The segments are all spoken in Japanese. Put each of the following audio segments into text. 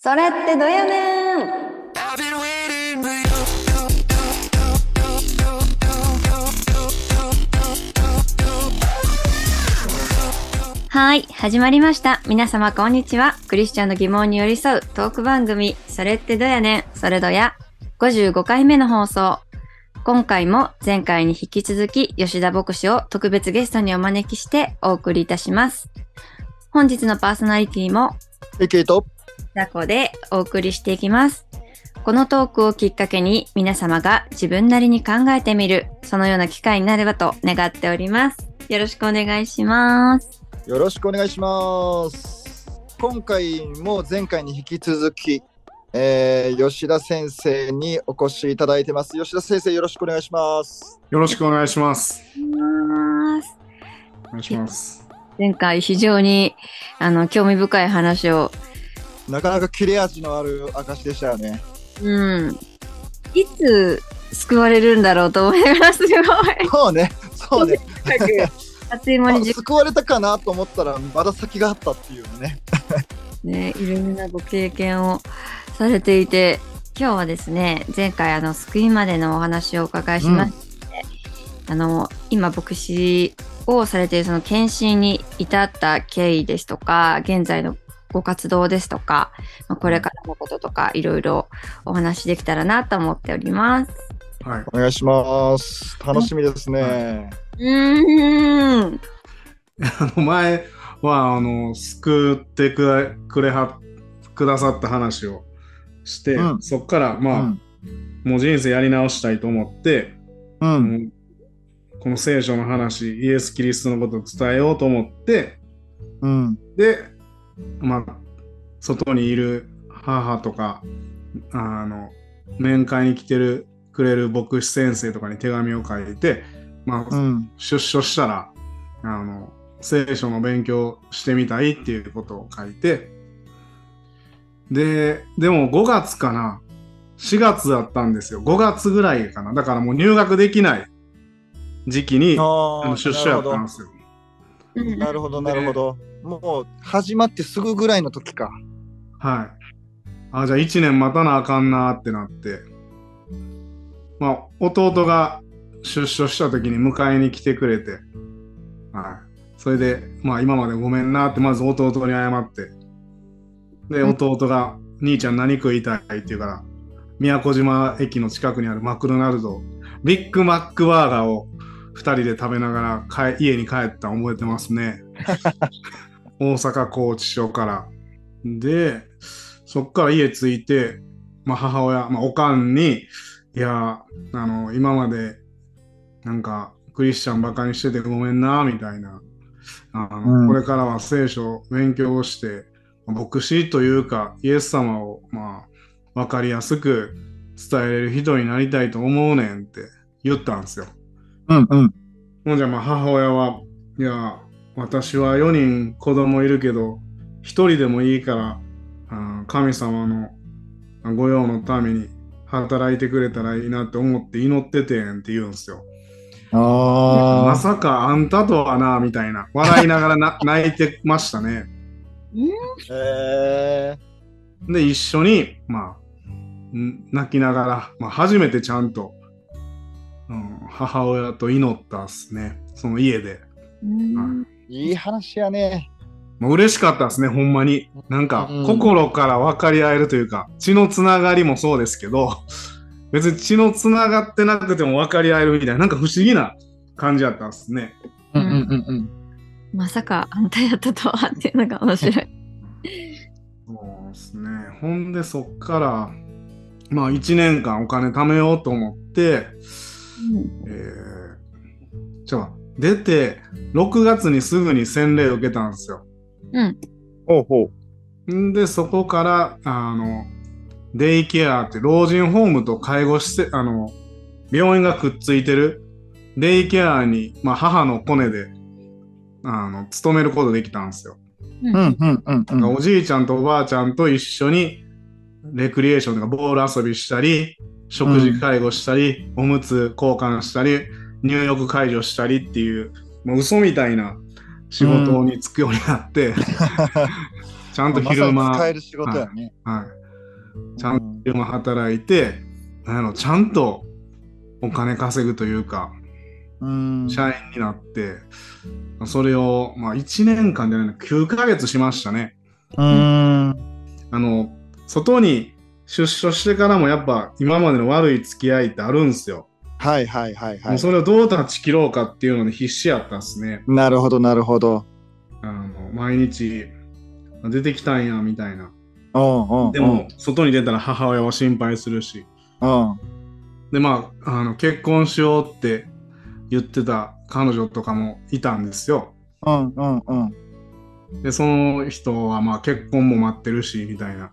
それってどやねん I've been waiting for you. はい、始まりました。皆様こんにちは。クリスチャンの疑問に寄り添うトーク番組、それってどやねん、それどや、55回目の放送。今回も前回に引き続き、吉田牧師を特別ゲストにお招きしてお送りいたします。本日のパーソナリティも、ケイとザコでお送りしていきます。このトークをきっかけに皆様が自分なりに考えてみる、そのような機会になればと願っております。よろしくお願いします。よろしくお願いします。今回も前回に引き続き、えー吉田先生にお越しいただいてます。吉田先生よろしくお願いします。よろしくお願いします。お願いししまます。前回非常にあの興味深い話を、なかなか切れ味のある証でしたよね。うん、いつ救われるんだろうと思います。すごい。そうね、そうね。熱いもあにじ救われたかなと思ったら、まだ先があったっていうね。ね、いろんなご経験をされていて、今日はですね、前回あの救いまでのお話をお伺いしまして、あの今牧師をされているその献身に至った経緯ですとか、現在のご活動ですとか、まあ、これからのこととかいろいろお話できたらなと思っております。はい。お願いします。楽しみですね。うーん。あの前はあの救ってくれくれはくださった話をして、うんそっからうまあ、ん。もう人生やり直したいと思って、うん。もうこの聖書の話、イエス・キリストのことを伝えようと思って、うん。で、まあ、外にいる母とか、あの、面会に来てるくれる牧師先生とかに手紙を書いて、まあ、うん。出所したら、あの、聖書の勉強してみたいっていうことを書いて、で、でも5月かな、4月だったんですよ。5月ぐらいかな。だからもう入学できない時期に、ああーの出所やったんですよ。なるほど、なるほど。なるほどもう始まってすぐぐらいの時か。はい。あ、じゃあ1年待たなあかんなってなって、まあ、弟が出所した時に迎えに来てくれて、はい。それで、まあ、今までごめんなって、まず弟に謝って、で、うん弟が、兄ちゃん何食いたいって言うから、宮古島駅の近くにあるマクドナルド、ビッグマックバーガーを2人で食べながら帰家に帰ったの覚えてま すね。大阪拘置所から。で、そっから家着いて、まあ、母親、まあ、おかんに、いやー、あの、今まで、なんか、クリスチャンバカにしててごめんな、みたいな。あの、うんこれからは聖書を勉強をして、牧師というか、イエス様を、まあ、わかりやすく伝えれる人になりたいと思うねんって言ったんですよ。うんうん。ほんじゃまあ母親は、いや、私は4人子供いるけど、1人でもいいから、あー神様のあ御用のために働いてくれたらいいなって思って祈っててんって言うんですよ。まあさかあんたとはな、みたいな。笑いながらな 泣いてましたね。あ。へえ。で、一緒に、まあ、ん泣きながら、まあ、初めてちゃんと、うん、母親と祈ったっすね。その家で。うんいい話やね。もう嬉しかったですね、ほんまに。なんかうん、心から分かり合えるというか、血のつながりもそうですけど、 別に血のつながってなくても分かり合えるみたいな、なんか不思議な感じだったんですね。うんうんうんうん。まさかあんたやったとはっていうのが面白い。そうですね。ほんで、そっから、まあ、1年間お金貯めようと思って、えー、じゃあ、出て、6月にすぐに洗礼を受けたんですよ。うん。ほうほう。んで、そこから、あの、デイケアって老人ホームと介護施設、あの、病院がくっついてるデイケアに、まあ、母のコネで、あの、勤めることできたんですよ。ううんうんうんうだからん。おじいちゃんとおばあちゃんと一緒に、レクリエーションとかボール遊びしたり、食事介護したり、おむつ交換したり、入浴介助したりっていう、もう嘘みたいな仕事に就くようになって、ちゃんと昼間、まさには使いえる仕事やね。、ちゃんとうん昼間働いてなんやろちゃんとお金稼ぐというかうん社員になってそれを、まあ、1年間じゃないの9ヶ月しましたねうんあの外に出所してからもやっぱ今までの悪い付き合いってあるんですよ、はいはいはいはもうい。それをどう断ち切ろうかっていうので必死やったんですねなるほどなるほど。あの毎日出てきたんやみたいなうんうんうん。でも、外に出たら母親は心配するしうん。でまああの結婚しようって言ってた彼女とかもいたんですようんうんうんでその人はまあ結婚も待ってるしみたいな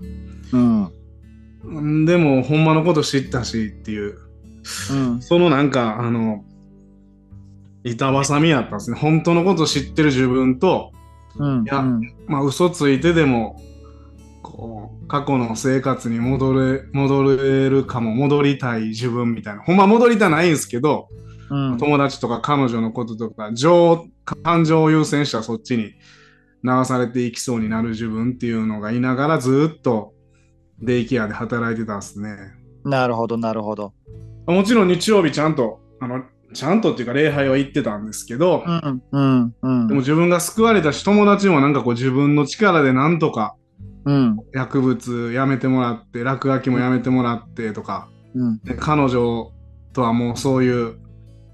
うんんでもほんまのこと知ったしっていううんそのなんかあの板挟みやったんですね本当のこと知ってる自分とうんいやまあ嘘ついてでもこう過去の生活に戻れ戻れるかも戻りたい自分みたいなほんま戻りたないんですけどうん友達とか彼女のこととか情感情を優先したそっちに流されていきそうになる自分っていうのがいながらずっとデイケアで働いてたんですねなるほどなるほど。もちろん日曜日ちゃんとあのちゃんとっていうか礼拝は行ってたんですけど、うんうんうでもん自分が救われたし友達もなんかこう自分の力でなんとかうん薬物やめてもらって落書きもやめてもらってとか、うんで彼女とはもうそういう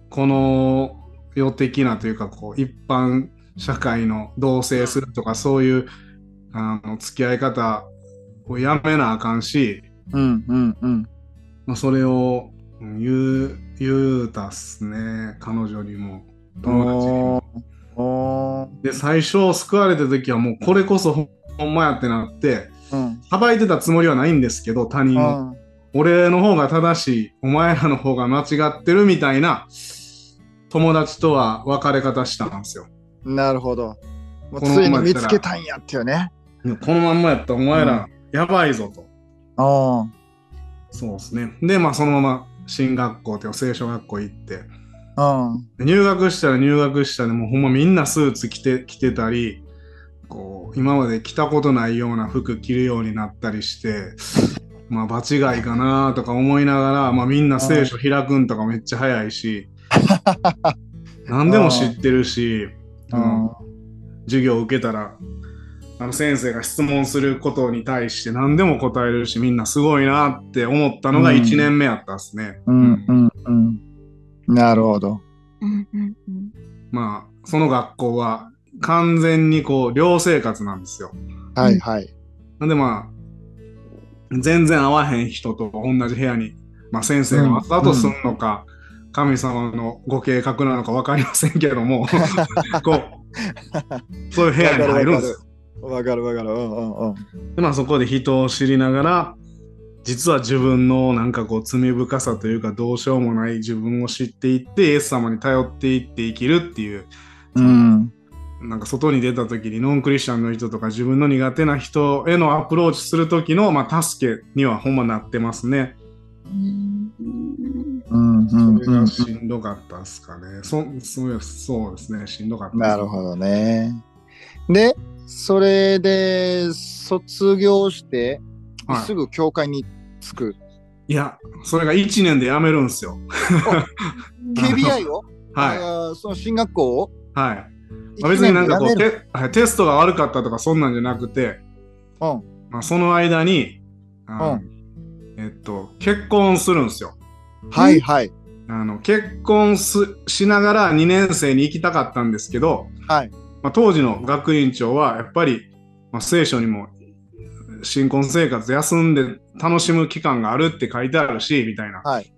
この世的なというかこう一般社会の同棲するとかそういうあの付き合い方をやめなあかんし、うんうんうんまあ、それをうん言う言うたっすね彼女にも友達にもお。ーおーで最初救われた時はもうこれこそほんほんまやってなってうんさばいてたつもりはないんですけど他人うを。ん俺の方が正しいお前らの方が間違ってるみたいな友達とは別れ方したんですよなるほど。もうこのまついまやったにら見つけたんやってよね。このまんまやったらお前らやばいぞと、おーそうですねでまあそのまま進学校っていうか聖書学校行ってうんで入学したら入学したでもうほんまみんなスーツ着て着てたりこう今まで着たことないような服着るようになったりしてまあ場違いかなとか思いながら、まあ、みんな聖書開くんとかめっちゃ早いし何でも知ってるし、ううんん授業受けたらあの先生が質問することに対して何でも答えれるしみんなすごいなって思ったのが1年目やったっすね。うんうんうん。なるほど。うんうんうんまあその学校は完全にこう寮生活なんですよ。はいはい。なんでまあ全然会わへん人と同じ部屋に、まあ、先生がわざとすんのか、神様のご計画なのか分かりませんけども こうそういう部屋に入るんですよ。わかるわかる。うんうんうん。でまあそこで人を知りながら実は自分のなんかこう罪深さというかどうしようもない自分を知っていってイエス様に頼っていって生きるっていううんなんか外に出た時にノンクリスチャンの人とか自分の苦手な人へのアプローチする時の、まあ、助けにはほんまなってますね。うんうんうんうそんれうがん。しんどかったですかね。そそうそうですね、しんどかったですなるほどね。で、それで卒業して、はいすぐ教会に着 く。いや、それが1年でやめるんですよ。 KBI を、はい。あーその進学校をはい。まあ別になんかこう一年でやめるテはいテストが悪かったとかそんなんじゃなくて、うんまあ、その間にあのうえっと、結婚するんですよはいはいあの結婚すしながら2年生に行きたかったんですけど、はい。まあ、当時の学院長はやっぱり、まあ、聖書にも新婚生活休んで楽しむ期間があるって書いてあるしみたいな、はい。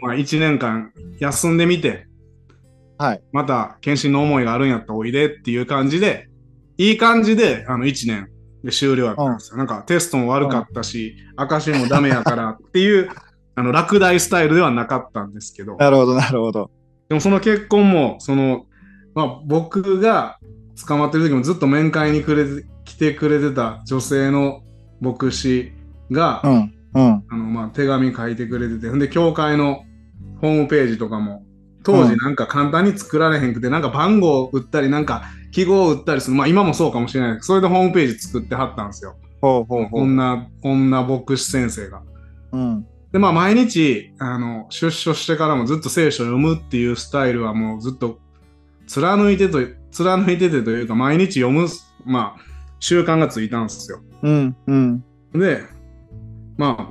まあ、1年間休んでみて、はいまた検診の思いがあるんやったらおいでっていう感じでいい感じであの1年で終了やったんですよ、なんかテストも悪かったし、証もダメやからっていう あの落第スタイルではなかったんですけどなるほどなるほど。でもその結婚もその、まあ、僕が捕まってる時もずっと面会にくれて来てくれてた女性の牧師が、うんうんあのまあ、手紙書いてくれてて、ほんで、教会のホームページとかも、当時なんか簡単に作られへんくて、なんか番号を打ったり、なんか記号を打ったりする。まあ今もそうかもしれないけど、それでホームページ作ってはったんですよ。ほうほうほう。女、女牧師先生が。うん。で、まあ毎日、あの、出所してからもずっと聖書を読むっていうスタイルはもうずっと貫いてと、貫いててというか、毎日読む、まあ、習慣がついたんですよ。うん。うん。で、まあ、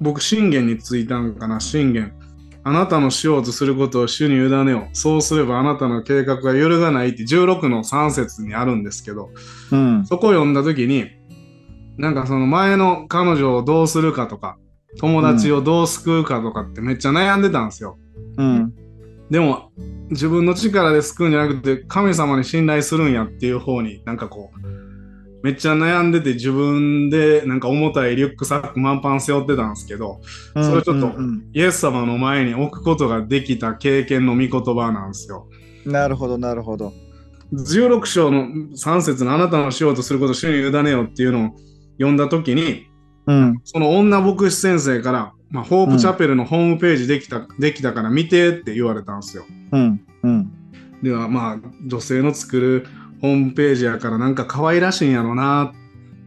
僕、信玄についたんかな、信玄。あなたのしようとすることを主に委ねよ。そうすればあなたの計画が揺るがないって16の3節にあるんですけど、うん。そこを読んだ時に、なんかその前の彼女をどうするかとか、友達をどう救うかとかってめっちゃ悩んでたんですよ。うん。でも、自分の力で救うんじゃなくて、神様に信頼するんやっていう方に、なんかこう、めっちゃ悩んでて自分でなんか重たいリュックサック満帆背負ってたんですけど、それちょっとうんイエス様の前に置くことができた経験の御言葉なんですよ。うんなるほど、なるほど。 16章の3節のあなたのしようとすることを主に委ねよっていうのを読んだ時に、うん。その女牧師先生から、まあ、ホープチャペルのホームページできた、できたから見てって言われたんですよ。うん。うん。ではまあ女性の作るホームページやからなんか可愛らしいんやろな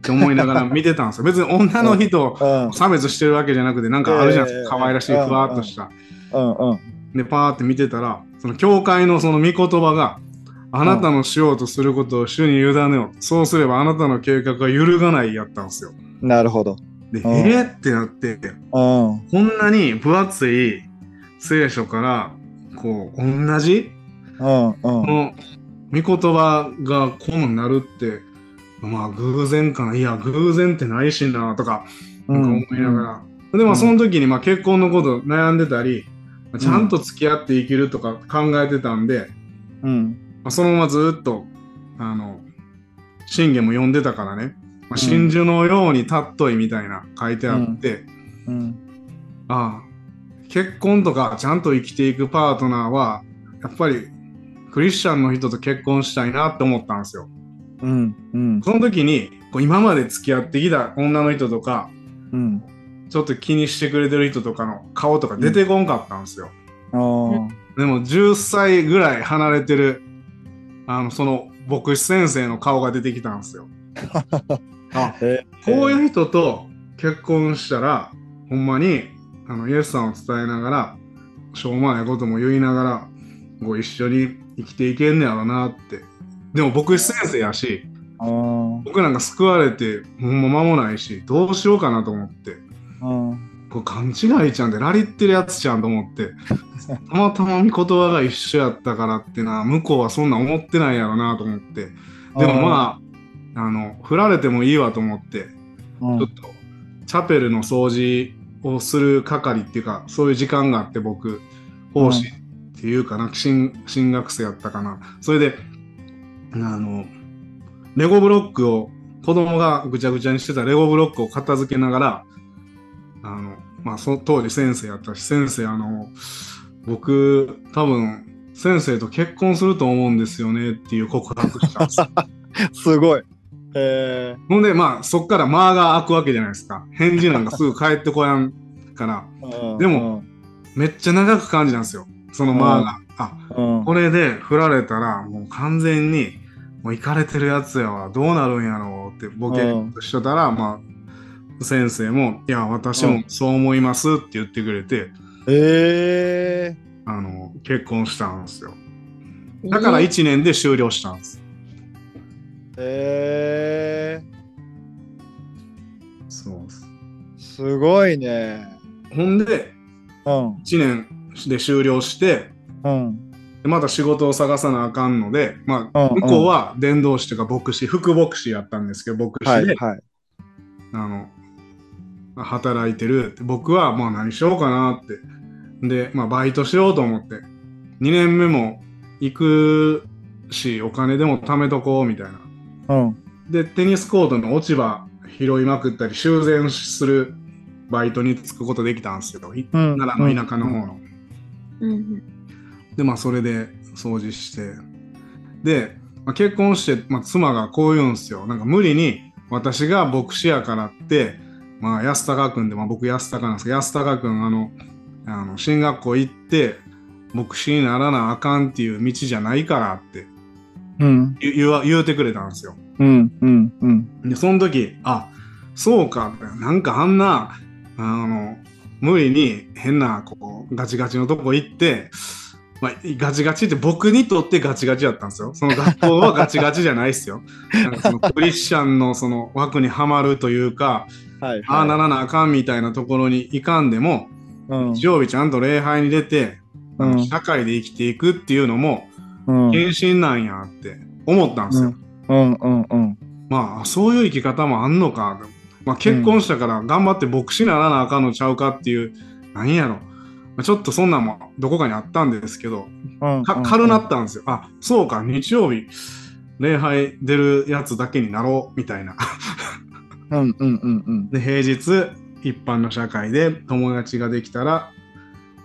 って思いながら 見てたんですよ。別に女の人をうん。差別してるわけじゃなくてなんかあるじゃないですえかえ可愛らしいふわっとした。うん。うん。でパーって見てたらその教会のその御言葉が「あなたのしようとすることを主に委ねよ」そうすればあなたの計画が揺るがないやったんですよ。なるほど。でうんえーってなってうん。こんなに分厚い聖書からこう同じうん。うんこ。の御言葉がこうなるってまあ偶然かないや偶然ってないしなとかうなんか思いながら、でもその時にまあ結婚のこと悩んでたり、んちゃんと付き合って生きるとか考えてたんで、うん。まあ、そのままずっとあの信玄も読んでたからね、まあ、真珠のように尊いみたいな書いてあって、うん。ああ結婚とかちゃんと生きていくパートナーはやっぱりクリスチャンの人と結婚したいなって思ったんですよ。うん。うん。その時にこう今まで付き合ってきた女の人とかうん。ちょっと気にしてくれてる人とかの顔とか出てこんかったんですよ。あーでも10歳ぐらい離れてるあのその牧師先生の顔が出てきたんですよ。あえこういう人と結婚したら、ほんまにあのイエスさんを伝えながら、しょうもないことも言いながら、こう一緒に生きていけんねやろなって。でも僕先生やし、あー僕なんか救われてほんま間もないし、どうしようかなと思って、うんこう勘違いちゃんでラリってるやつちゃんと思って、たまたま見言葉が一緒やったからってな、向こうはそんなん思ってないやろなと思って、でもまあ、あの、振られてもいいわと思って、うんちょっとチャペルの掃除をする係っていうかそういう時間があって僕奉仕っていうかな、新新学生やったかなそれであのレゴブロックを子供がぐちゃぐちゃにしてたレゴブロックを片付けながらあの、まあ、そ当時先生やったし先生あの僕多分先生と結婚すると思うんですよねっていう告白したんですよ すごい。えーほんでまあそっから間が空くわけじゃないですか返事なんかすぐ返ってこやんからうんでも、めっちゃ長く感じたんですよその間が、あうんこれで振られたらもう完全にもう行かれてるやつやわどうなるんやろうってボケっとしてたら、まあ先生も「いや私もそう思います」って言ってくれて、えーあの結婚したんですよだから1年で終了したんですえそうですーすごいね。ほんでうん1年で終了してうんでまた仕事を探さなあかんので、まうんあ、うん向こうは伝道師というか牧師副牧師やったんですけど牧師で、はいはい。あの働いてるって僕はまあ何しようかなってで、まあ、バイトしようと思って2年目も行くしお金でも貯めとこうみたいなうんでテニスコートの落ち葉拾いまくったり修繕するバイトに就くことできたんですけどいうん奈良の田舎の方の、うんうんでまあそれで掃除してで、まあ、結婚して、まあ、妻がこう言うんですよなんか無理に私が牧師やからって、まあ、安高君で、まあ、僕安高なんですけど安高君あのあの進学校行って牧師にならなあかんっていう道じゃないからってうん。言言わ言うてくれたんですよ。うん。うん。うん。で、その時、あ、そうか、なんかあんな、あの、無理に変な、こう、ガチガチのとこ行って、まあ、ガチガチって僕にとってガチガチだったんですよ。その学 校はガチガチじゃないですよ。なんかそのクリスチャンのその枠にはまるというか、はい。ああならなあかんみたいなところに行かんでも、うん。日曜日ちゃんと礼拝に出て、あうのん社会で生きていくっていうのも、うん。献身なんやって思ったんですよ。うん。うん。うん。まあそういう生き方もあんのか、まあ、結婚したから頑張って牧師ならなあかんのちゃうかっていう、なんやろ、まあちょっとそんなんもどこかにあったんですけどうん。か軽なったんですよ、あそうか日曜日礼拝出るやつだけになろうみたいな うん。うん。うん。うん。で平日一般の社会で友達ができたら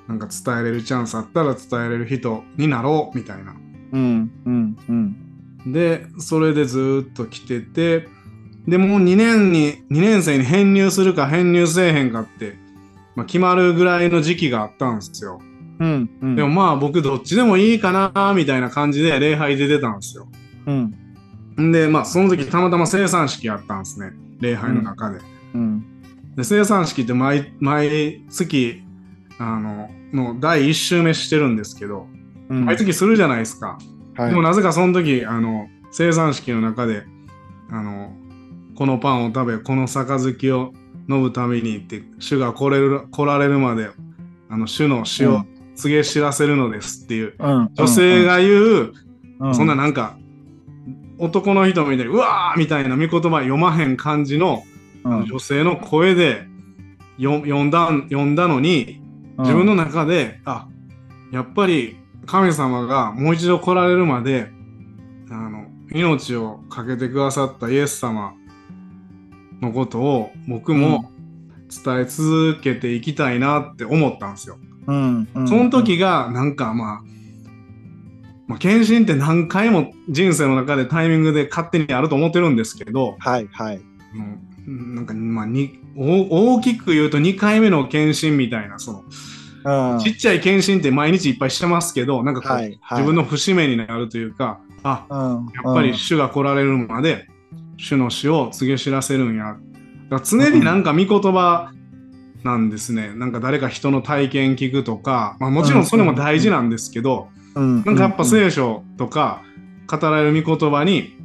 なんか伝えれるチャンスあったら伝えれる人になろうみたいなうん。うん。うん。でそれでずーっと来ててでもう2年に2年生に編入するか編入せえへんかって、まあ、決まるぐらいの時期があったんですようん。うん。でも、まあ僕どっちでもいいかなみたいな感じで礼拝で出たんですようん。んでまあその時たまたま生産式やったんですね礼拝の中で、うん。で生産式って毎毎月あのの第1週目してるんですけどうん。毎月するじゃないですか、はい。でもなぜかその時あの生産式の中であのこのパンを食べこの杯を飲むためにって主が来れる来られるまであの主の死うをん告げ知らせるのですっていう、うん。女性が言う、うん、そんななんか男の人みたいにうわーみたいな見言葉読まへん感じのうん、女性の声でよ読んだ読んだのに自分の中で、あやっぱり神様がもう一度来られるまであの命を懸けてくださったイエス様のことを僕も伝え続けていきたいなって思ったんですよ。うん、うん、その時がなんかまあ、まあ、献身って何回も人生の中でタイミングで勝手にあると思ってるんですけど、はいはいあのなんかまあに大大きく言うと2回目の献身みたいなそのうんちっちゃい検診って毎日いっぱいしてますけど、なんかこう、はいはい自分の節目になるというか、あうんやっぱり主が来られるまで、主の死を告げ知らせるんや。だから常になんか見言葉なんですね。なんか誰か人の体験聞くとか、まあ、もちろんそれも大事なんですけど、うんなんかやっぱ聖書とか語られる見言葉に、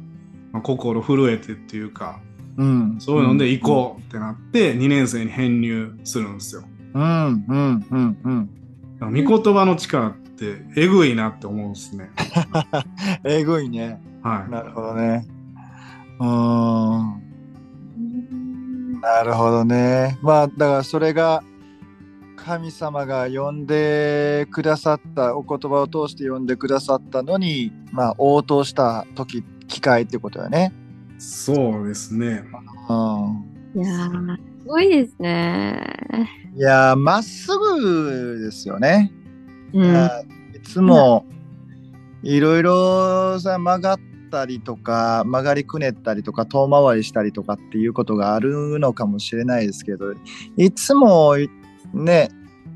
まあ、心震えてっていうか、うんそういうので行こうってなって、2年生に編入するんですよ。うんうんうんうん御言葉の力ってえぐいなって思うんですね。えぐいねはなるほどねうーんなるほどねまあだからそれが神様が呼んでくださったお言葉を通して呼んでくださったのにまあ応答した時機会ってことだねい。そうですね。うんいやー、すごいですね。いやーまっすぐですよねうん。いつもいろいろさ曲がったりとか曲がりくねったりとか遠回りしたりとかっていうことがあるのかもしれないですけどいつもいね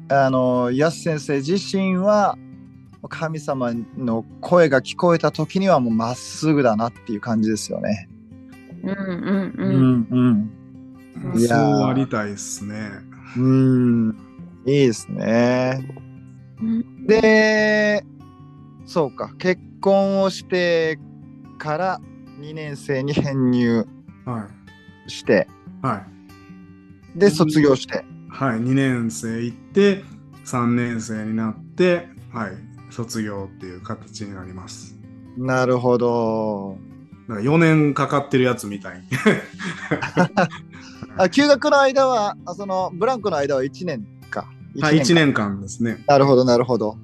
あの安先生自身は神様の声が聞こえた時にはもうまっすぐだなっていう感じですよね。うんうんううん。うん、いそやーうありたいですね。うん、いいですね。うん、でそうか結婚をしてから2年生に編入はしてい。はい。で卒業して、はい。2年生行って、3年生になって、はい。卒業っていう形になります。なるほどだから4年かかってるやつみたいに。あ休学の間はあそのブランクの間は1年か はい。1か年間ですね。なるほどなるほど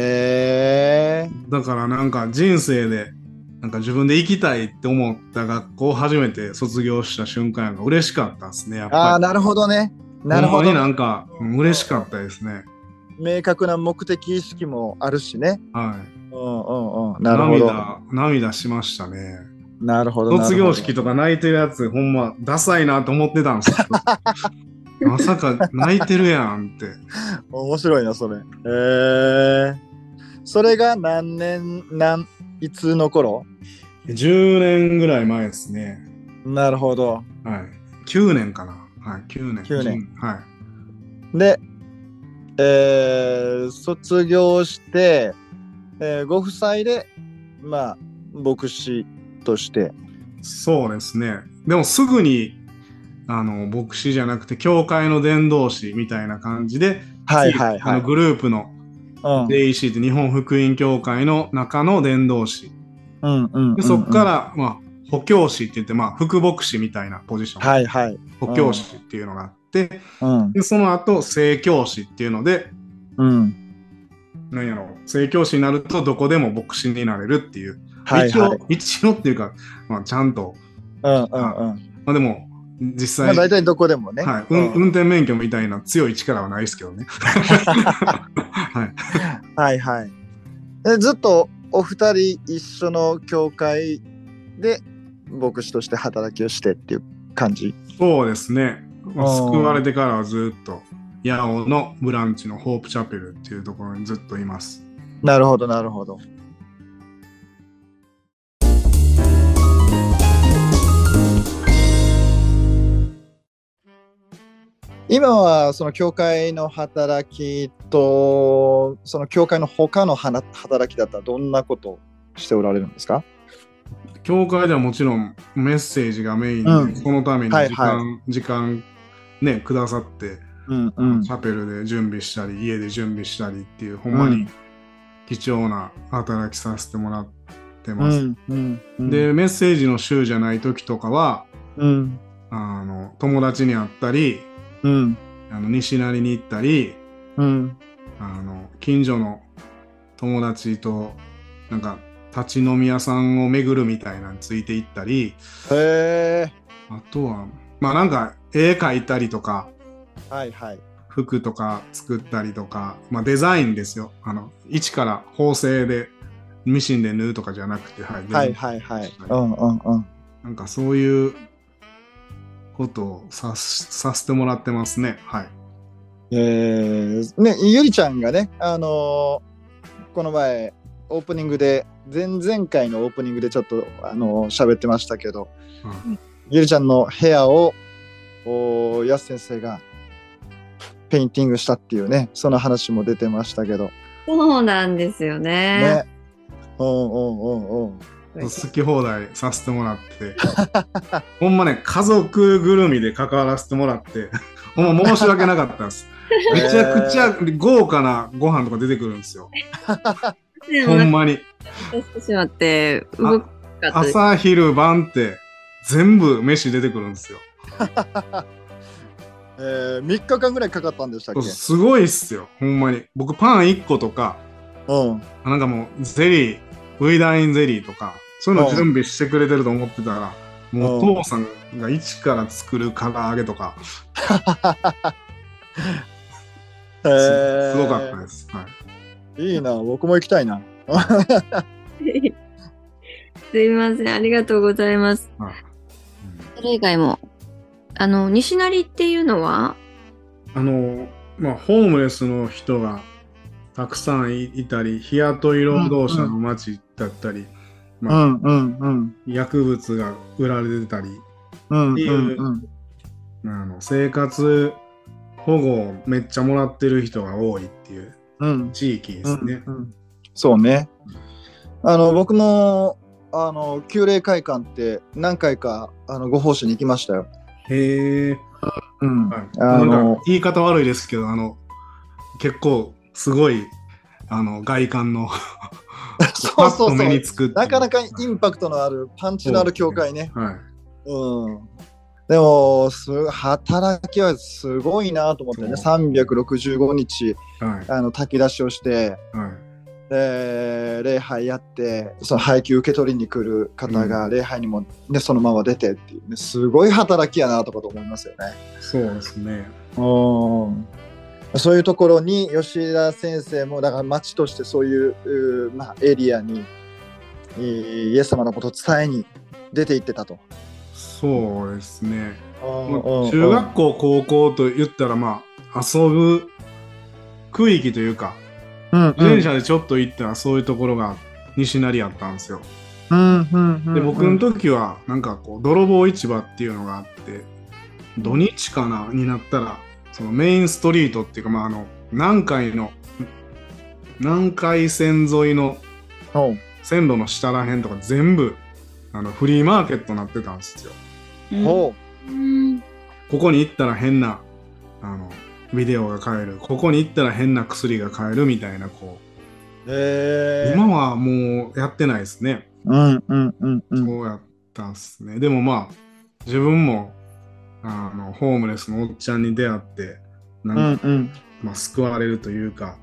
えだからなんか人生で、なんか自分で行きたいって思った学校を初めて卒業した瞬間が嬉しかったですね。ー、やっあぱあり。なるほどねなるほほんどまになんかうん嬉しかったですね。明確な目的意識もあるしねはい。うんうんうんなるほど涙涙しましたねなるほどなるほど卒業式とか泣いてるやつほんまダサいなと思ってたん ですけどまさか泣いてるやんって面白いなそれへえそれが何年何いつの頃10年ぐらい前ですね。なるほど。はい。9年かな。はい、9年。 9年。はい。で、えー卒業して、えーご夫妻で、まあ、牧師として。そうですね。でもすぐに、あの、牧師じゃなくて、教会の伝道師みたいな感じで、はいはいはあいの。グループのうん JEC って日本福音教会の中の伝道師。うんうんうんで、そこから、まあ、補教師って言って、まあ、副牧師みたいなポジション。はいはい。補教師っていうのがあって、うんで、その後、正教師っていうので、うん。なんやろう、正教師になるとどこでも牧師になれるっていう。はい一は応い。、一応っていうか、まあ、ちゃんと、うんうんうん。まあでも、実まあ際、大体どこでもね。はい運う運ん転免許みたいな強い力はないですけどね。はい、はいはい。でずっとお二人一緒の教会で牧師として働きをしてっていう感じ。そうですね、まああー救われてからはずっと、八尾のブランチのホープチャペルっていうところにずっといます。なるほどなるほど。今はその教会の働きとその教会の他のはな働きだったらどんなことをしておられるんですか教会ではもちろんメッセージがメインで、うんそのためにはい時間、時間ね、くださって、うんうんチャペルで準備したり、家で準備したりっていう、ほんまうにん貴重な働きさせてもらってうます。んうんうんで、メッセージの週じゃない時とかは、うんあの友達に会ったりうんあの西成に行ったりうんあの近所の友達となんか立ち飲み屋さんを巡るみたいなのついて行ったりへえあとはまあなんか絵描いたりとかはいはい服とか作ったりとか、まあ、デザインですよあの一から縫製でミシンで縫うとかじゃなくて、はいはいではいはいうんうんうんなんかそういうことをさすさせてもらってますねはい。えーね、ゆりちゃんがね、あのーこの前オープニングで前々回のオープニングでちょっと、あのー喋ってましたけど、うゆりちゃんの部屋をおーやす先生がペインティングしたっていうねその話も出てましたけど、そうなんですよね。ねうんうんうんうん好き放題させてもらって、 ほんまね、家族ぐるみで関わらせてもらって、 ほんま申し訳なかっ たです。めちゃくちゃ豪華なご飯とか出てくるんですよ。でもほなんんかまに。してしまって動かなかったです。朝、昼、晩って全部飯出てくるんですよ。えー、3日間ぐらいかかったんでしたっけすごいっすよ、ほんまに。僕、パン1個とか、うんなんかもうゼリー、ウイダインゼリーとか、そういうの準備してくれてると思ってたら、もうお父さんが一から作る唐揚げとか、えーすごかったです。はいいいな僕も行きたいなすいません、ありがとうございます。それ以外も、あの、西成っていうのは、あの、まあ、ホームレスの人がたくさんいいたり、日雇い労働者の街だったり、うんうんうん薬物が売られてたり、うんってういんううんあの生活保護をめっちゃもらってる人が多いっていううん地域ですね。うんうんそうね。あの僕もあの旧霊会館って何回かあのご奉仕に行きましたよ。へえ、うんはいあなんかの言い方悪いですけど、あの、結構すごい、あの、外観の、パそうそッとうそ目にう。つくっていうなかなかインパクトのあるパンチのある教会ね。はい。うん。でもす働きはすごいなと思ってね。そう365日はい。あの炊き出しをして。はい。で礼拝やってその配給受け取りに来る方が礼拝にも、ねそのまま出てっていう、ね、すごい働きやなとかと思いますよね。そうですね。そういうところに吉田先生もだから町としてそういううーまあ、エリアにえーイエス様のことを伝えに出て行ってたと。そうですね。まあ中中学校、高校と言ったら、まあ、遊ぶ区域というか、自転車でちょっと行ったらそういうところが西成やったんですよ。うんうんうんで僕の時はなんかこう泥棒市場っていうのがあって土日かなになったらそのメインストリートっていうかまああの南海の南海線沿いのおう線路の下らへんとか全部あのフリーマーケットになってたんですよ。ほうんここに行ったら変なあのビデオが買えるここに行ったら変な薬が買えるみたいなこうう、へえ今はもうやってないですね。うんうんうんうんそうやったんすね。でもまあ、自分も、あの、ホームレスのおっちゃんに出会って、なんうか、んうんまあ、救われるというか、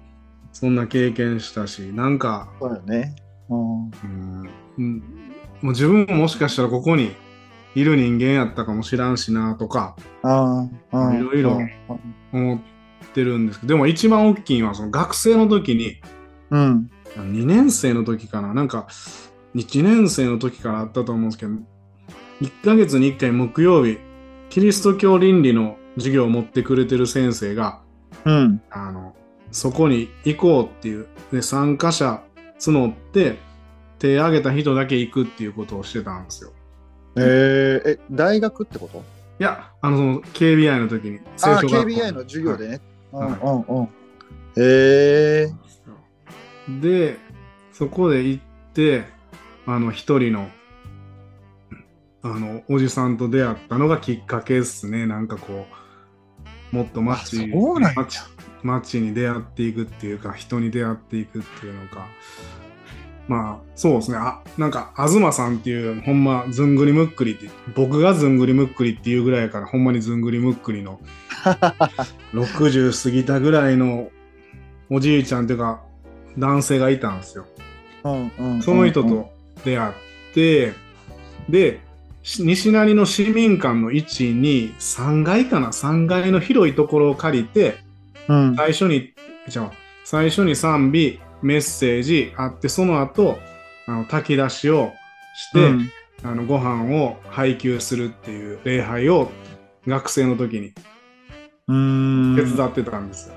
そんな経験したし、なんか、そうよねうんうん、うんもう自分ももしかしたらここにいる人間やったかもしらんしなとかああいろいろ思ってるんですけど、でも一番大きいのは、その学生の時に、うん2年生の時かななんか1年生の時からあったと思うんですけど1ヶ月に1回木曜日キリスト教倫理の授業を持ってくれてる先生がうんあのそこに行こうっていうで参加者募って手挙げた人だけ行くっていうことをしてたんですよ。えー、え大学ってこといやあのその KBI の時にああ清書学校 KBI の授業でねうはいんうんうんへえで、そこで行って、あの、一人の、あの、おじさんと出会ったのがきっかけですね。なんかこう、もっと街あそうなんや街街に出会っていくっていうか、人に出会っていくっていうのか。まあ、そうですね。あ、なんか、東さんっていう、ほんま、ずんぐりむっくりって、僕がずんぐりむっくりっていうぐらいから、ほんまにずんぐりむっくり の、60過ぎたぐらいのおじいちゃんというか、男性がいたんですよ。うんうんその人と出会って、で、し西成の市民館の1、2、3階かな ?3 階の広いところを借りて、うん最初に、じゃあ最初に賛美、メッセージあって、その後、あの炊き出しをして、うんあのご飯を配給するっていう礼拝を学生の時にうん手伝ってたんですよ。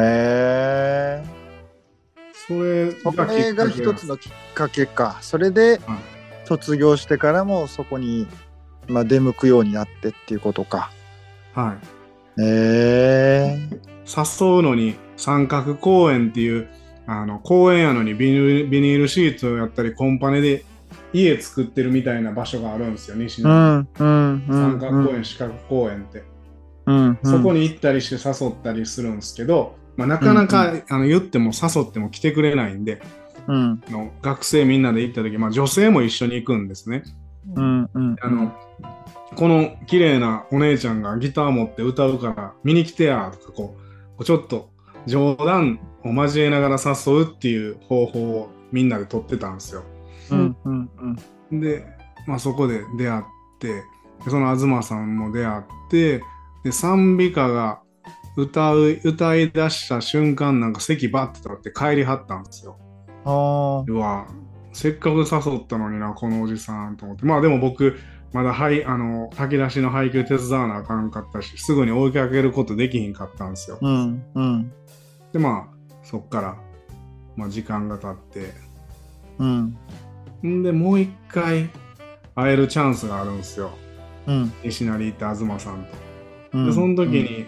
へえそれがきっそかけれが一つのきっかけかそれではい卒業してからもそこに、まあ、出向くようになってっていうことかはい。へえ誘うのに三角公園っていうあの公園やのにビニールビニールシートをやったりコンパネで家作ってるみたいな場所があるんですよ西うのんうんうん三角公園、四角公園って、うんうんそこに行ったりして誘ったりするんですけど、まあ、なかなか、あの言っても誘っても来てくれないんでうんあの学生みんなで行った時、まあ、女性も一緒に行くんですね。うんうんあの、この綺麗なお姉ちゃんがギター持って歌うから見に来てやとかこうこうちょっと冗談を交えながら誘うっていう方法をみんなで取ってたんですよ。うんうんうんで、まあ、そこで出会ってでその東さんも出会ってで賛美歌が歌う歌い出した瞬間なんか席バッて取って帰りはったんですよ。あうわせっかく誘ったのになこのおじさんと思ってまあでも僕まだはいあの炊き出しの配給手伝わなあかんかったしすぐに追いかけることできひんかったんですよーうんうんでまあそっから、まあ、時間が経っうんてんでもう一回会えるチャンスがあるんですようん西成行って東さんうとんでその時に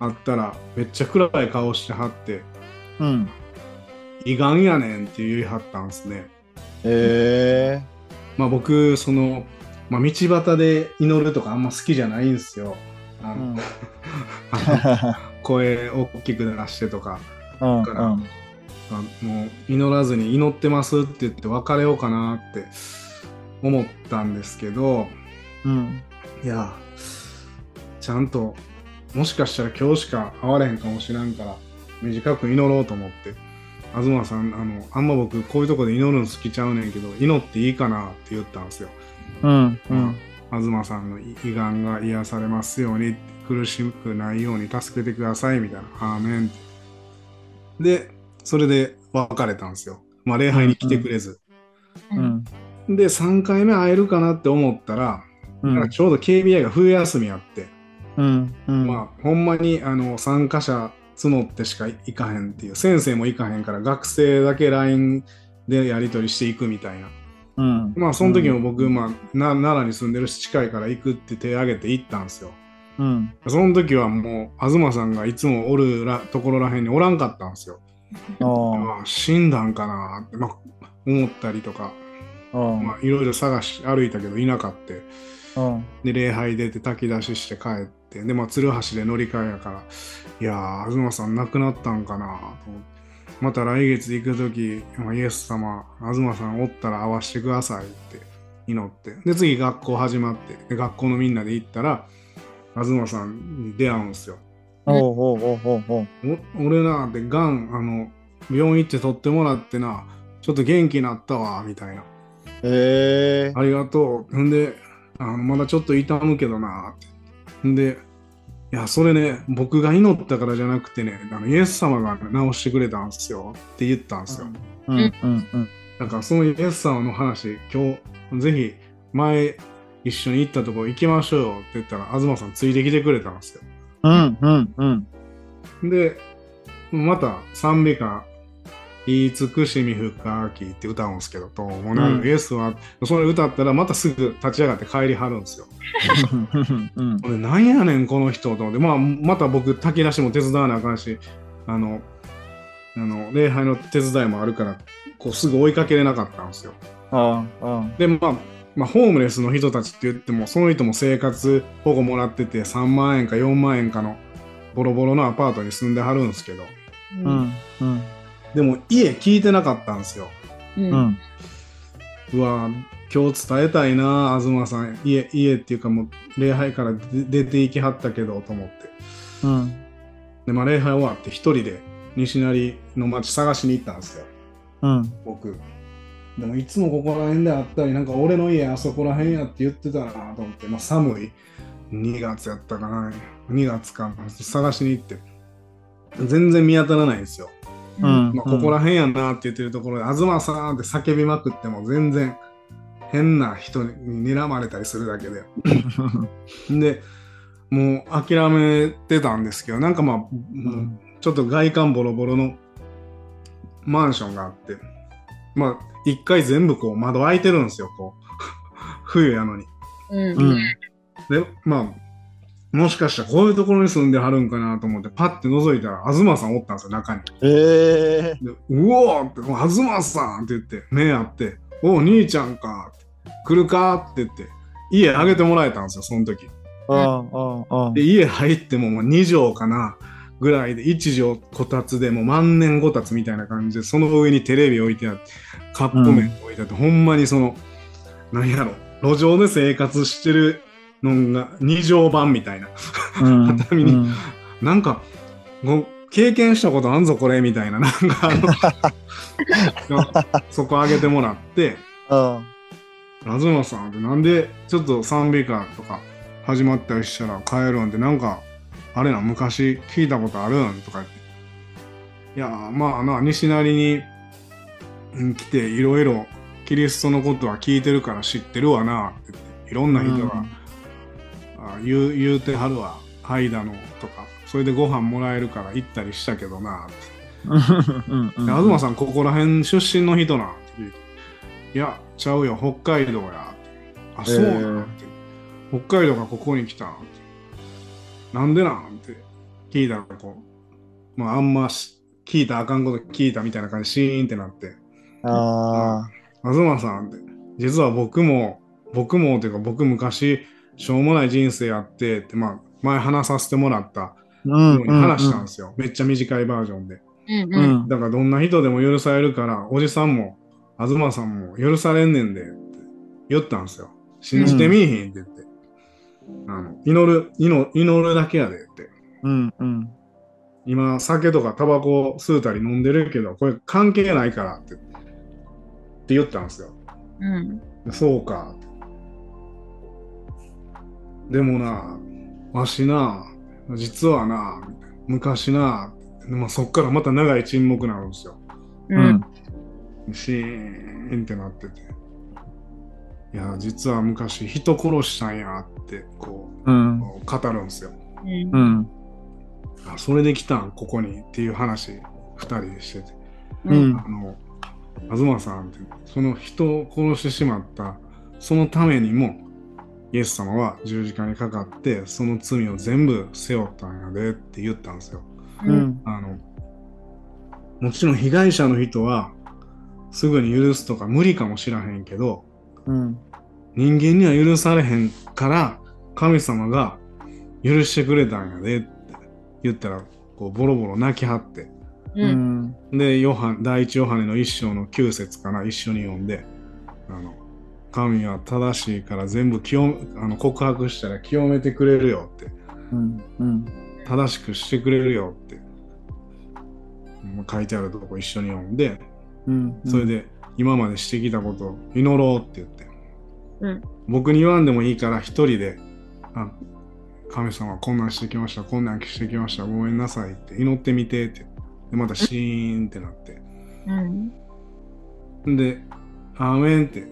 会ったらめっちゃ暗い顔してはってうん「胃がんやねん」って言いはったんですねへえまあ、僕その、まあ、道端で祈るとかあんま好きじゃないんですよ。あのあの 声大きく出してとかうんから、あもう祈らずに祈ってますって言って別れようかなって思ったんですけどうんいやちゃんともしかしたら今日しか会われへんかもしらんから短く祈ろうと思って東さんあのあんま僕こういうとこで祈るの好きちゃうねんけど祈っていいかなって言ったんですよ。うんうまんあ東さんの胃がんが癒されますように苦しくないように助けてくださいみたいな「アーメン」でそれで別れたんですよ、まあ、礼拝に来てくれず、うんで3回目会えるかなって思ったら、うんなんかちょうど KBI が冬休みあって、うんうんまあほんまにあの参加者募ってしか行かへんっていう先生も行かへんから学生だけ LINE でやり取りしていくみたいな。うん。まあその時も僕、うんまあ、な奈良に住んでるし近いから行くって手挙げて行ったんですよ。うん。その時はもう東さんがいつもおるらところらへんにおらんかったんですよ。おまあ、死んだんかなって、まあ、思ったりとか、おまあ、いろいろ探し歩いたけどいなかった。で礼拝出て炊き出しして帰ってでまあ鶴橋で乗り換えやからいやー東さん亡くなったんかなと思ってまた来月行く時、まあ、イエス様東さんおったら会わしてくださいって祈ってで次学校始まってで学校のみんなで行ったら東さんに出会うんですよ。おおおおおおお俺なってがんあの病院行って取ってもらってなちょっと元気になったわみたいなええありがとう。んで、あのまだちょっと痛むけどなって。んで、いや、それね、僕が祈ったからじゃなくてね、あのイエス様が治してくれたんですよって言ったんですよ。うんうんうんだからそのイエス様の話、今日、ぜひ、前、一緒に行ったとこ行きましょうよって言ったら、東さんついてきてくれたんですよ。うんうんうんで、また賛美歌、言い尽くしみ深きって歌うんですけど、どうもなうんイエスは、それ歌ったらまたすぐ立ち上がって帰りはるんですよ。うん俺なんやねんこの人と思って、まあ、また僕炊き出しも手伝わなあかんしあのあの礼拝の手伝いもあるからこうすぐ追いかけれなかったんですよああで、まあ、まあホームレスの人たちって言ってもその人も生活保護もらってて3万円か4万円かのボロボロのアパートに住んではるんですけどううんんうんでも家聞いてなかったんですようんううんんうわ今日伝えたいなあ東さん家家っていうかもう礼拝から出出ていきはったけどと思ってうんで、まあ、礼拝終わって一人で西成の町探しに行ったんですよ、うん僕。でもいつもここら辺であったり、なんか俺の家あそこら辺やって言ってたなと思って、まあ、寒い2月やったかな、2月かな、探しに行って、全然見当たらないんですよ。うんまあ、ここら辺やなって言ってるところで、東さんって叫びまくっても全然変な人に睨まれたりするだ けで、でもう諦めてたんですけどなんかまあ、んちょっと外観ボロボロのマンションがあってまあ一回全部こう窓開いてるんですよこう 冬やのにうんううんんでまあもしかしたらこういうところに住んではるんかなと思ってパッて覗いたら東さんおったんですよ中にええでうおーって「東さん!」って言って目合って「おお兄ちゃんか」って「来るか?」って言って家あげてもらえたんですよその時ああああで家入ってももう2畳かなぐらいで1畳こたつでもう万年こたつみたいな感じでその上にテレビ置いてあってカップ麺置いてあって、ほんまにその何やろ路上で生活してるのが2畳版みたいなうん畳になんかご経験したことあんぞこれみたいななんかあのそこ上げてもらって。あラズマさんってなんでちょっと賛美歌とか始まったりしたら帰るんでなんかあれな昔聞いたことあるんとか言っていやーまあな西成にうん来ていろいろキリストのことは聞いてるから知ってるわなって言っていろんな人が、あ言う言うてはるわハイだのとかそれでご飯もらえるから行ったりしたけどなってうんで東さんここら辺出身の人なんって聞いていやちゃうよ北海道やあそうなへんーって、北海道がここに来たんってなんでなんって聞いたらこうまああんまし聞いたらあかんこと聞いたみたいな感じシーンってなってあ東さんって実は僕も僕もっていうか僕昔しょうもない人生やってってまあ前話させてもらったうんように話したんですよ、めっちゃ短いバージョンでうんううんんだからどんな人でも許されるから、おじさんも、東さんも許されんねんで、って言ったんですよ。信じてみいひんって言って。あの祈る祈、祈るだけやでって。うんうん今、酒とかタバコ吸うたり飲んでるけど、これ関係ないからってって言ったんですよ。うんそうか。でもな、わしな、実はな、昔な、まあ、そっからまた長い沈黙なんですよ。ううんんシーンってなってて。いや、実は昔人殺したんやって、こう、うん語るんですよ。うんうんあそれで来たん、ここにっていう話、二人でしてて。うんあの、東さんってその人を殺してしまったそのためにもイエス様は十字架にかかってその罪を全部背負ったんやでって言ったんですよ。うんあのもちろん被害者の人はすぐに許すとか無理かもしらへんけどうん人間には許されへんから神様が許してくれたんやでって言ったらこうボロボロ泣きはってううんんでヨハン第一ヨハネの一章の9節かな一緒に読んであの神は正しいから全部清めあの告白したら清めてくれるよってうんうん正しくしてくれるよってうん書いてあるとこ一緒に読んでうんそれで今までしてきたことを祈ろうって言って、うん僕に言わんでもいいから一人であ神様こんなんしてきましたこんなんしてきましたごめんなさいって祈ってみてってでまたシーンってなってうんで、アーメンって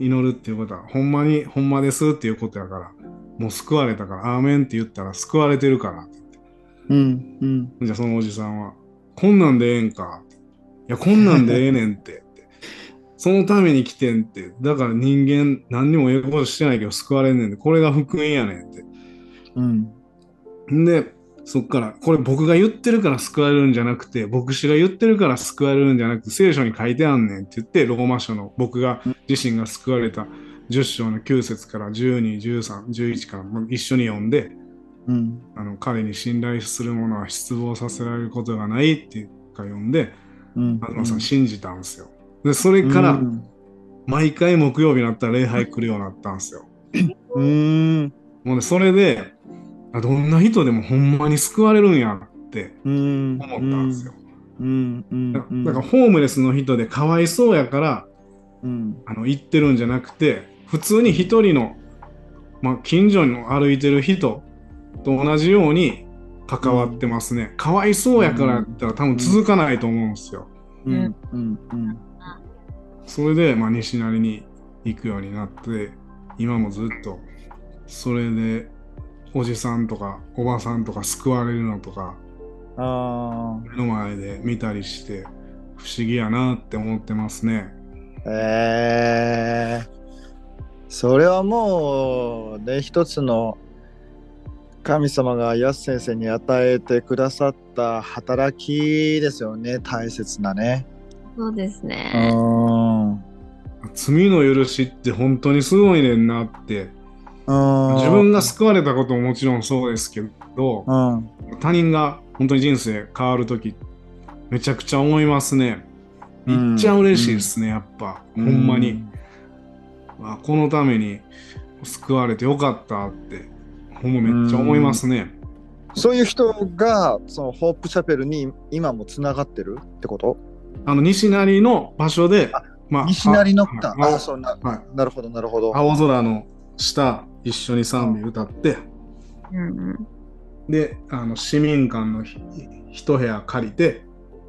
祈るっていうことは、ほんまに、ほんまですっていうことやから、もう救われたから、アーメンって言ったら救われてるからって言って。うんうんじゃあそのおじさんは、こんなんでええんかって。いや、こんなんでええねんって。 ってそのために来てんって。だから人間何にもええことしてないけど救われんねんで、これが福音やねんって。うんで、そっから、これ僕が言ってるから救われるんじゃなくて、牧師が言ってるから救われるんじゃなくて、聖書に書いてあんねんって言って、ローマ書の僕が自身が救われた10章の9節から12、13、11からもう一緒に読んで、うんあの彼に信頼する者は失望させられることがないってか読んで、うん東さん信じたんですよ。で、それからうん毎回木曜日になったら礼拝来るようになったんですよ。うんもうね、それで、あどんな人でもほんまに救われるんやってうん思ったんですよ。うんうんだうんだからホームレスの人でかわいそうやからうんあの行ってるんじゃなくて普通に一人の、まあ、近所の歩いてる人と同じように関わってますね、かわいそうやからやったら多分続かないと思うんですよ、うんうんうんそれで、まあ、西成に行くようになって今もずっとそれでおじさんとかおばさんとか救われるのとかあ目の前で見たりして不思議やなって思ってますね。あええそれはもうね一つの神様がヤス先生に与えてくださった働きですよね大切なねそうですうね。んうん罪の許しって本当にすごいねんなって自分が救われたことももちろんそうですけどうん他人が本当に人生変わる時めちゃくちゃ思いますねうんいっちゃ嬉しいですね、やっぱほんまに、あこのために救われてよかったってほんまめっちゃ思いますね、そういう人がそのホープチャペルに今もつながってるってことあの西成の場所でまあ西成のったあああそうなはいなるほどなるほど青空の下一緒に賛美歌って、うんうんであの市民館のひ一部屋借りて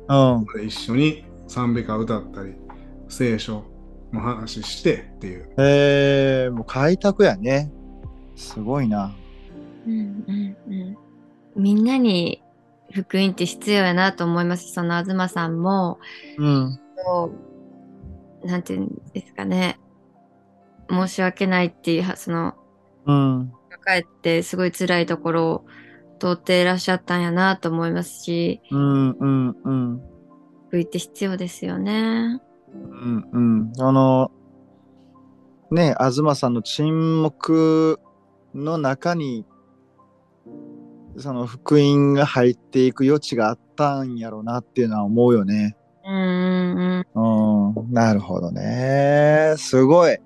うん一緒に賛美歌歌ったり聖書の話してっていうえー、もう開拓やねすごいなうんうんうんみんなに福音って必要やなと思います。その東さんも、うんこうなんていうんですかね、申し訳ないっていう、その、うん抱えてすごい辛いところを通っていらっしゃったんやなと思いますし、うんうんうん福音って必要ですよね。うんうんあのね東さんの沈黙の中にその福音が入っていく余地があったんやろうなっていうのは思うよね。うんうんうん。うん、なるほどね。すごい。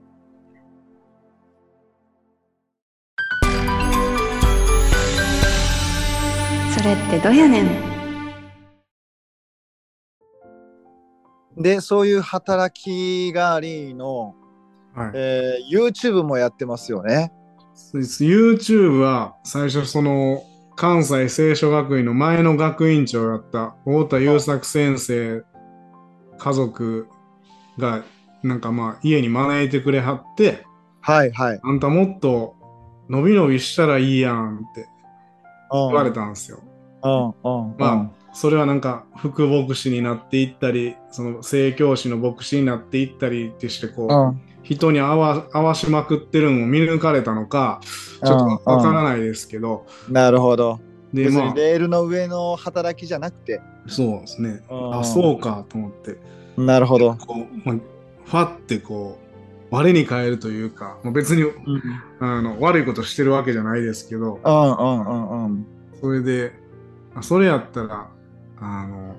それってどうやねん。で、そういう働きがありの、はいえー YouTube もやってますよね。そうです YouTube は最初その関西聖書学院の前の学院長だった太田優作先生家族がなんかまあ家に招いてくれはってはいはい。あんたもっと伸び伸びしたらいいやんってうん言われたんですよ。うんうんうんまあそれはなんか副牧師になっていったりその正教師の牧師になっていったりってしてこう、うん人に合わ合わしまくってるのを見抜かれたのかちょっとわからないですけど、なるほど。で別まにあレールの上の働きじゃなくて。そうですねああそうかと思ってなるほど。こう、まあ、ファってこう我に返るというか、まあ、別にうんあの悪いことしてるわけじゃないですけどうんうんうん。それであそれやったらあの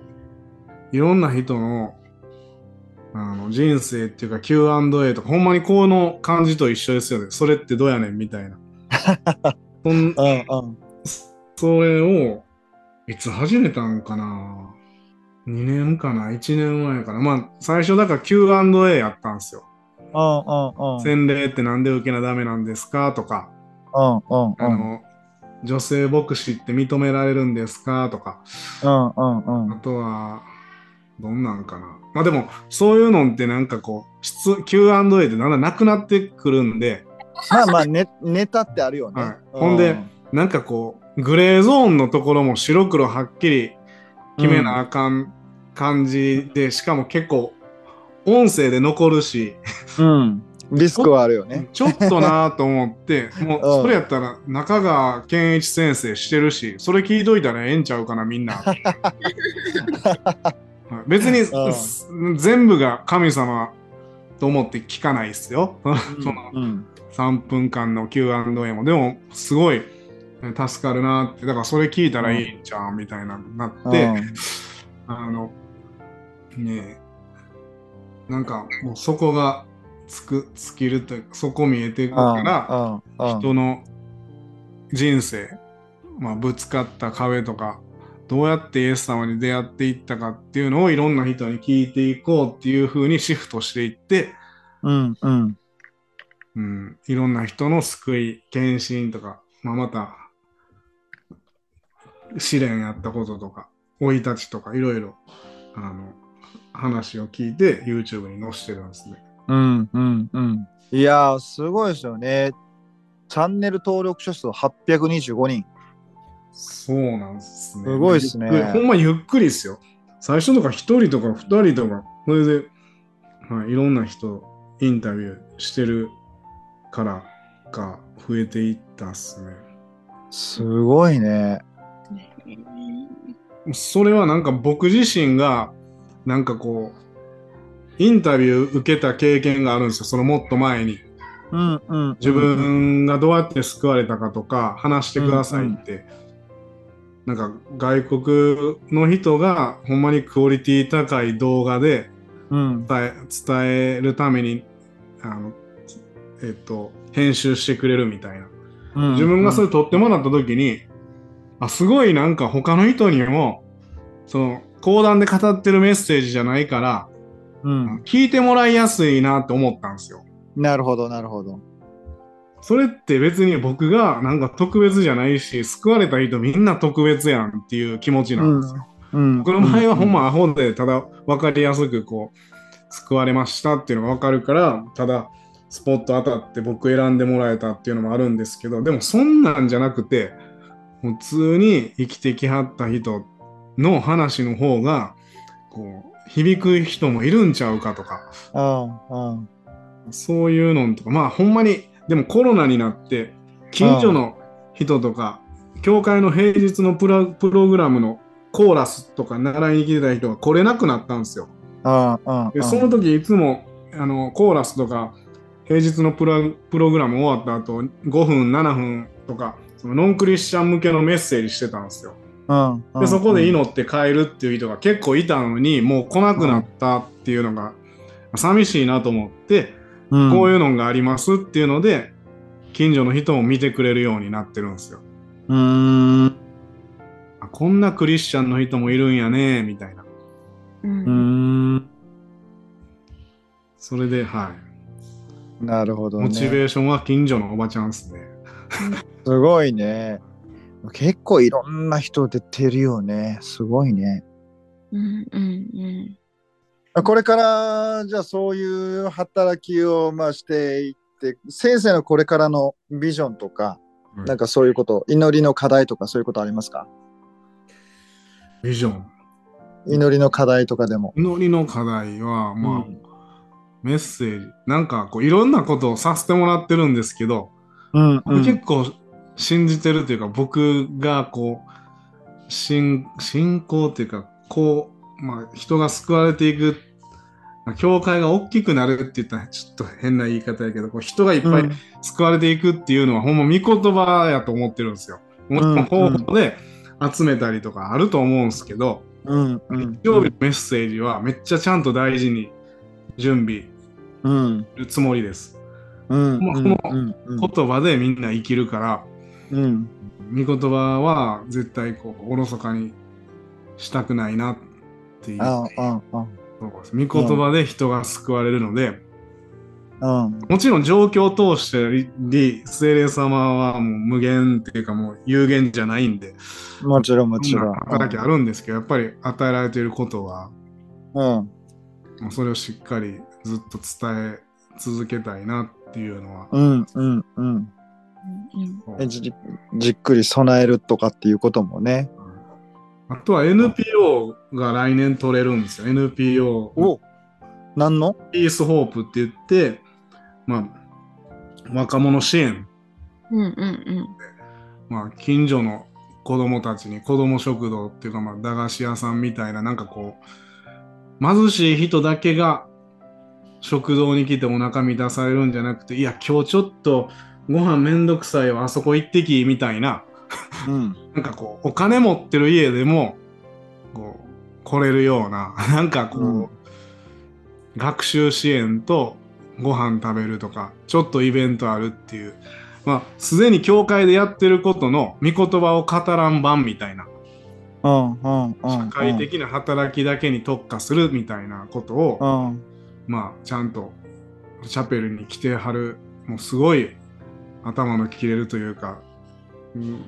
いろんな人のあの人生っていうか Q&A とかほんまにこの感じと一緒ですよねそれってどうやねんみた いなそんうんうん。それをいつ始めたんかな2年かな1年前かなまあ最初だから Q&A やったんですよ、うんうんうん。洗礼ってなんで受けなダメなんですかとかうんうんあの、女性牧師って認められるんですかとか、うんうんうんあとは、どんなんかな。まあでも、そういうのってなんかこう、質 Q&A ってだんだんなくなってくるんで、まあまあネネタってあるよね。はいほんでなんかこう、グレーゾーンのところも白黒はっきり決めなあかん感じで、しかも結構、音声で残るし、うん、リスクはあるよね。 ちょっとなぁと思 って、もううんそれやったら中川健一先生してるし、それ聞いといたらええんちゃうかな、み んな。はい別に、うんす全部が神様と思って聞かないですよ。 そのうん3分間の Q&A も。でも、すごい助かるなって、だからそれ聞いたらいいんちゃうみたいななって、あの、ねえ、なんかもうそこがつく、尽きるというか、そこ見えてくから、うんうん人の人生、まあ、ぶつかった壁とか、どうやってイエス様に出会っていったかっていうのをいろんな人に聞いていこうっていう風にシフトしていって、うんうんうん、いろんな人の救い、献身とか、まあ、また、試練やったこととか、生い立ちとか、いろいろ、あの、話を聞いて、YouTube に載せてるんですね。うんうんうんいやーすごいですよね。チャンネル登録者数825人。そうなんですね。すごいっすねゆっくりほんまゆっくりですよ。最初とか1人とか2人とか、それで、はい、いろんな人、インタビューしてるからか、増えていったっすね。すごいね。それはなんか僕自身がなんかこうインタビュー受けた経験があるんですよそのもっと前にうんうん自分がどうやって救われたかとか話してくださいって、なんか外国の人がほんまにクオリティ高い動画でうん伝え伝えるためにあのえっと編集してくれるみたいなうん自分がそれ撮ってもらった時に、あすごいなんか他の人にもその講談で語ってるメッセージじゃないから、うん聞いてもらいやすいなって思ったんですよ。なるほどなるほど。それって別に僕がなんか特別じゃないし救われた人みんな特別やんっていう気持ちなんですうよ。ん僕の場合はほんまアホでただ分かりやすくこう救われましたっていうのが分かるからただスポット当たって僕選んでもらえたっていうのもあるんですけどでもそんなんじゃなくてもう普通に生きてきはった人の話の方がこう響く人もいるんちゃうかとかうんうんそういうのとかまあほんまにでもコロナになって近所の人とか教会の平日のプラプログラムのコーラスとか習いに来てた人が来れなくなったんですよ。うんうんうでんその時いつもあのコーラスとか平日のプラプログラム終わった後5分7分とかそのノンクリスチャン向けのメッセージしてたんですよ。うんうんでそこで祈って帰るっていう人が結構いたのにもう来なくなったっていうのが寂しいなと思って。うんこういうのがありますっていうので、近所の人も見てくれるようになってるんですよ。うーんあこんなクリスチャンの人もいるんやね、みたいな。ううんんそれで、はなるほい。どモチね。ベーションは近所のおばちゃんですね。すごいね。結構いろんな人出てるよね。すごいね。うんうんこれから、じゃあそういう働きを、まあ、していって、先生のこれからのビジョンとか、うんなんかそういうこと、祈りの課題とかそういうことありますかいいじゃん。祈りの課題とかでも。祈りの課題は、まあ、メッセージ、なんかこう、いろんなことをさせてもらってるんですけど、うん、うん。結構信じてるというか、僕がこう、信信仰というか、こう、まあ、人が救われていく、まあ教会が大きくなるって言ったらちょっと変な言い方やけど、こう人がいっぱいうん救われていくっていうのは、ほんま見言葉やと思ってるんですよ。もちろん方法で集めたりとかあると思うんですけど、うん、うん。日曜日のメッセージはめっちゃちゃんと大事に準備うん、するつもりです。うん、まあうん、こうん、うん言葉でみんな生きるから、うん、見言葉は絶対こうおろそかにしたくないなっていうああ、あそうです。見言葉で人が救われるので、あ、うん、もちろん状況を通してり精霊様はもう無限っていうかもう有限じゃないんで、もちろん、もいちろんろ。なん働きあるんですけど、やっぱり与えられていることはうん、もうそれをしっかりずっと伝え続けたいなっていうのは、うん、うん、うん。えじじっくり備えるとかっていうこともね。あとは NPO が来年取れるんですよ。NPO、何のピースホープって言って、まあ、若者支援、うんうんまあ、近所の子供たちに子供食堂っていうか、まあ、駄菓子屋さんみたいな、なんかこう、貧しい人だけが食堂に来てお腹満たされるんじゃなくて、いや、今日ちょっとご飯めんどくさいわ、あそこ行ってき、みたいな。うん。なんかこう、お金持ってる家でも、こう、来れるような、 なんかこう、うん学習支援とご飯食べるとか、ちょっとイベントあるっていう、まあ、すでに教会でやってることの御言葉を語らん版みたいな、うん、うん、うん。社会的な働きだけに特化するみたいなことを、うん。まあ、ちゃんとチャペルに来てはる、もうすごい頭の切れるというか、うん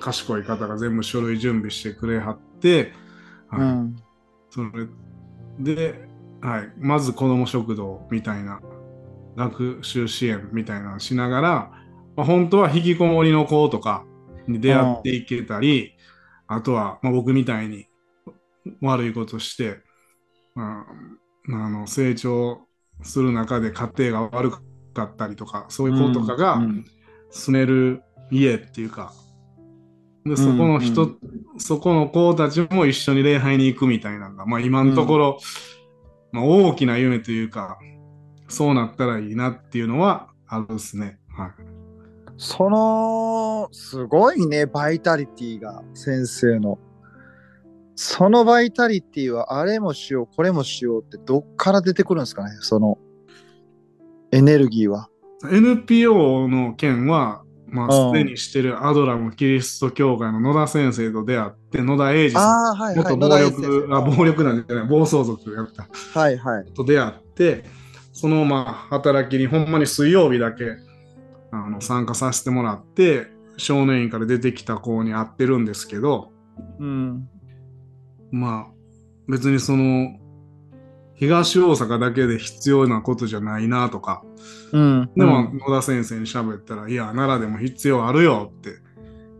賢い方が全部書類準備してくれはって、はいうん。それで、はい、まず子ども食堂みたいな学習支援みたいなのしながら、まあ、本当は引きこもりの子とかに出会っていけたり、あとは、まあ、僕みたいに悪いことして、まあ、あの成長する中で家庭が悪かったりとかそういう子とかが、うん住める家っていうかでそこの人、うんそこの子たちも一緒に礼拝に行くみたいなのが、まあ、今のところ、まあ、大きな夢というかそうなったらいいなっていうのはあるですね。はいその、すごいね、バイタリティが、先生の。そのバイタリティは、あれもしよう、これもしようって、どっから出てくるんですかね、その、エネルギーは。 NPO の件は、まあ、うんすでにしてるアドラムキリスト教会の野田先生と出会って野田英二さんああ、はいは元い。暴野田先力生あ暴力団じゃない暴走族やったはいはい。と出会ってそのまあ働きにほんまに水曜日だけあの参加させてもらって少年院から出てきた子に会ってるんですけどうん。まあ別にその東大阪だけで必要なことじゃないなとかうん。でも、野田先生に喋ったら「いや奈良でも必要あるよ」って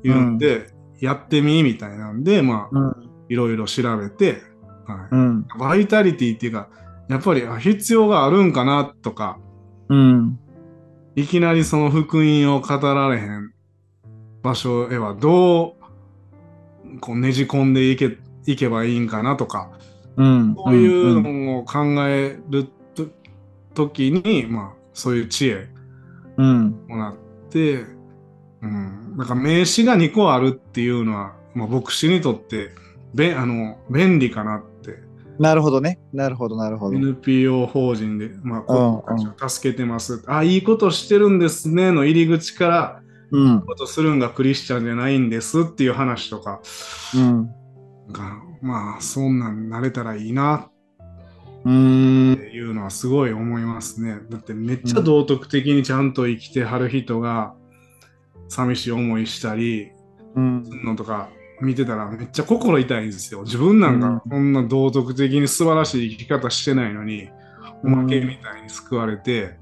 言うんで、やってみみたいなんでまあうん、いろいろ調べて、はいうん。バイタリティっていうかやっぱりあ必要があるんかなとかうん。いきなりその福音を語られへん場所へはどうこうねじ込んでいけいけばいいんかなとか、うん。そういうのを考えると時に、まあ、そういう知恵うん。もらって、うん、なんか名詞が2個あるっていうのは、まあ、牧師にとってべあの便利かなってなるほどね。なるほど、なるほど。 NPO 法人で、まあ、子供たちを助けてます、あいいことしてるんですねの入り口からうん。ことするんがクリスチャンじゃないんですっていう話とかうん。が、まあそんなんなれたらいいなうーっん。ていうのはすごい思いますね。だってめっちゃ道徳的にちゃんと生きてはる人が寂しい思いしたりうん。のとか見てたらめっちゃ心痛いんですよ。自分なんかこんな道徳的に素晴らしい生き方してないのにおまけみたいに救われて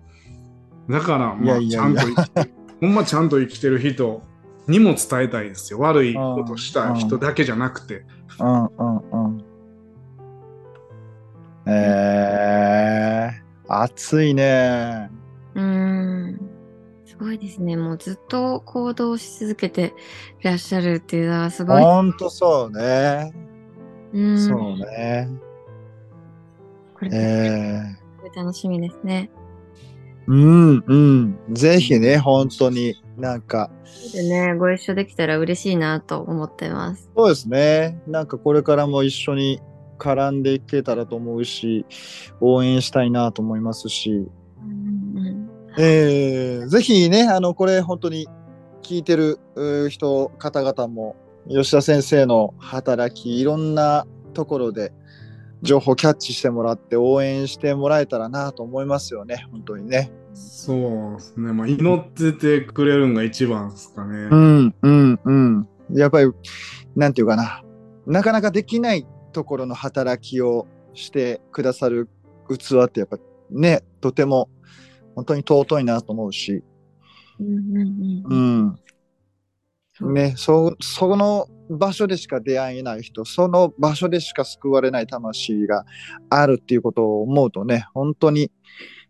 だからまあいやいちやゃいんとや生きてほんまちゃんと生きてる人にも伝えたいですよ悪いことした人だけじゃなくてうん。うん。う暑いね。うーん。すごいですね。もうずっと行動し続けていらっしゃるっていうのはすごい。ほんとそうね。うん。そうね。これすえーごい楽しみですね。うんうん。ぜひね、本当に。なんか、でね、ご一緒できたら嬉しいなと思ってます。そうですね。なんかこれからも一緒に絡んでいけたらと思うし、応援したいなと思いますし、うんえーぜひね、あの、これ本当に聞いてるうー人、方々も、吉田先生の働き、いろんなところで情報キャッチしてもらって、応援してもらえたらなと思いますよね、本当にね。そうですね。まあ、祈っててくれるんが一番ですかね。うんうんうん。やっぱり、なんていうかな、なかなかできないところの働きをしてくださる器って、やっぱね、とても本当に尊いなと思うし、うんうんううんん。そうね、そその場所でしか出会えない人、その場所でしか救われない魂があるっていうことを思うとね、本当に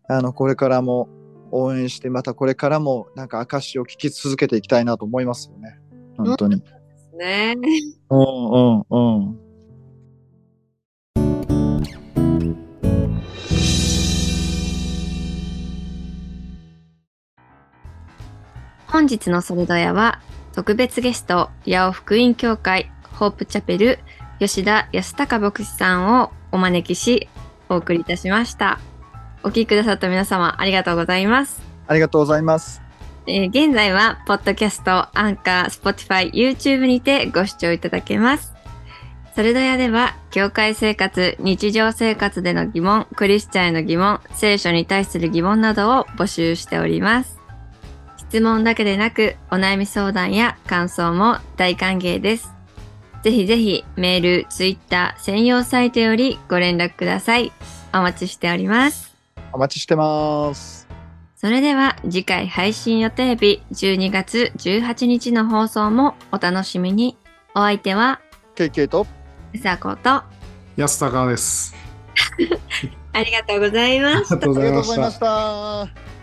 あのこれからも応援して、またこれからもなんか証を聞き続けていきたいなと思いますよね。本当に。ね。うんうんうん。本日のソルドヤは特別ゲスト八尾福音教会ホープチャペル吉田康隆牧師さんをお招きしお送りいたしましたお聞きくださった皆様ありがとうございます、ありがとうございます。えー現在はポッドキャストアンカー Spotify YouTube にてご視聴いただけますソルドヤでは教会生活日常生活での疑問クリスチャンへの疑問聖書に対する疑問などを募集しております質問だけでなくお悩み相談や感想も大歓迎です。ぜひぜひメール、ツイッター専用サイトよりご連絡ください。お待ちしております。お待ちしてます。それでは次回配信予定日12月18日の放送もお楽しみに。お相手は KK とうさことあ安高です。りがとうございますありがとうあごりざがとうごいまざしいたま。した。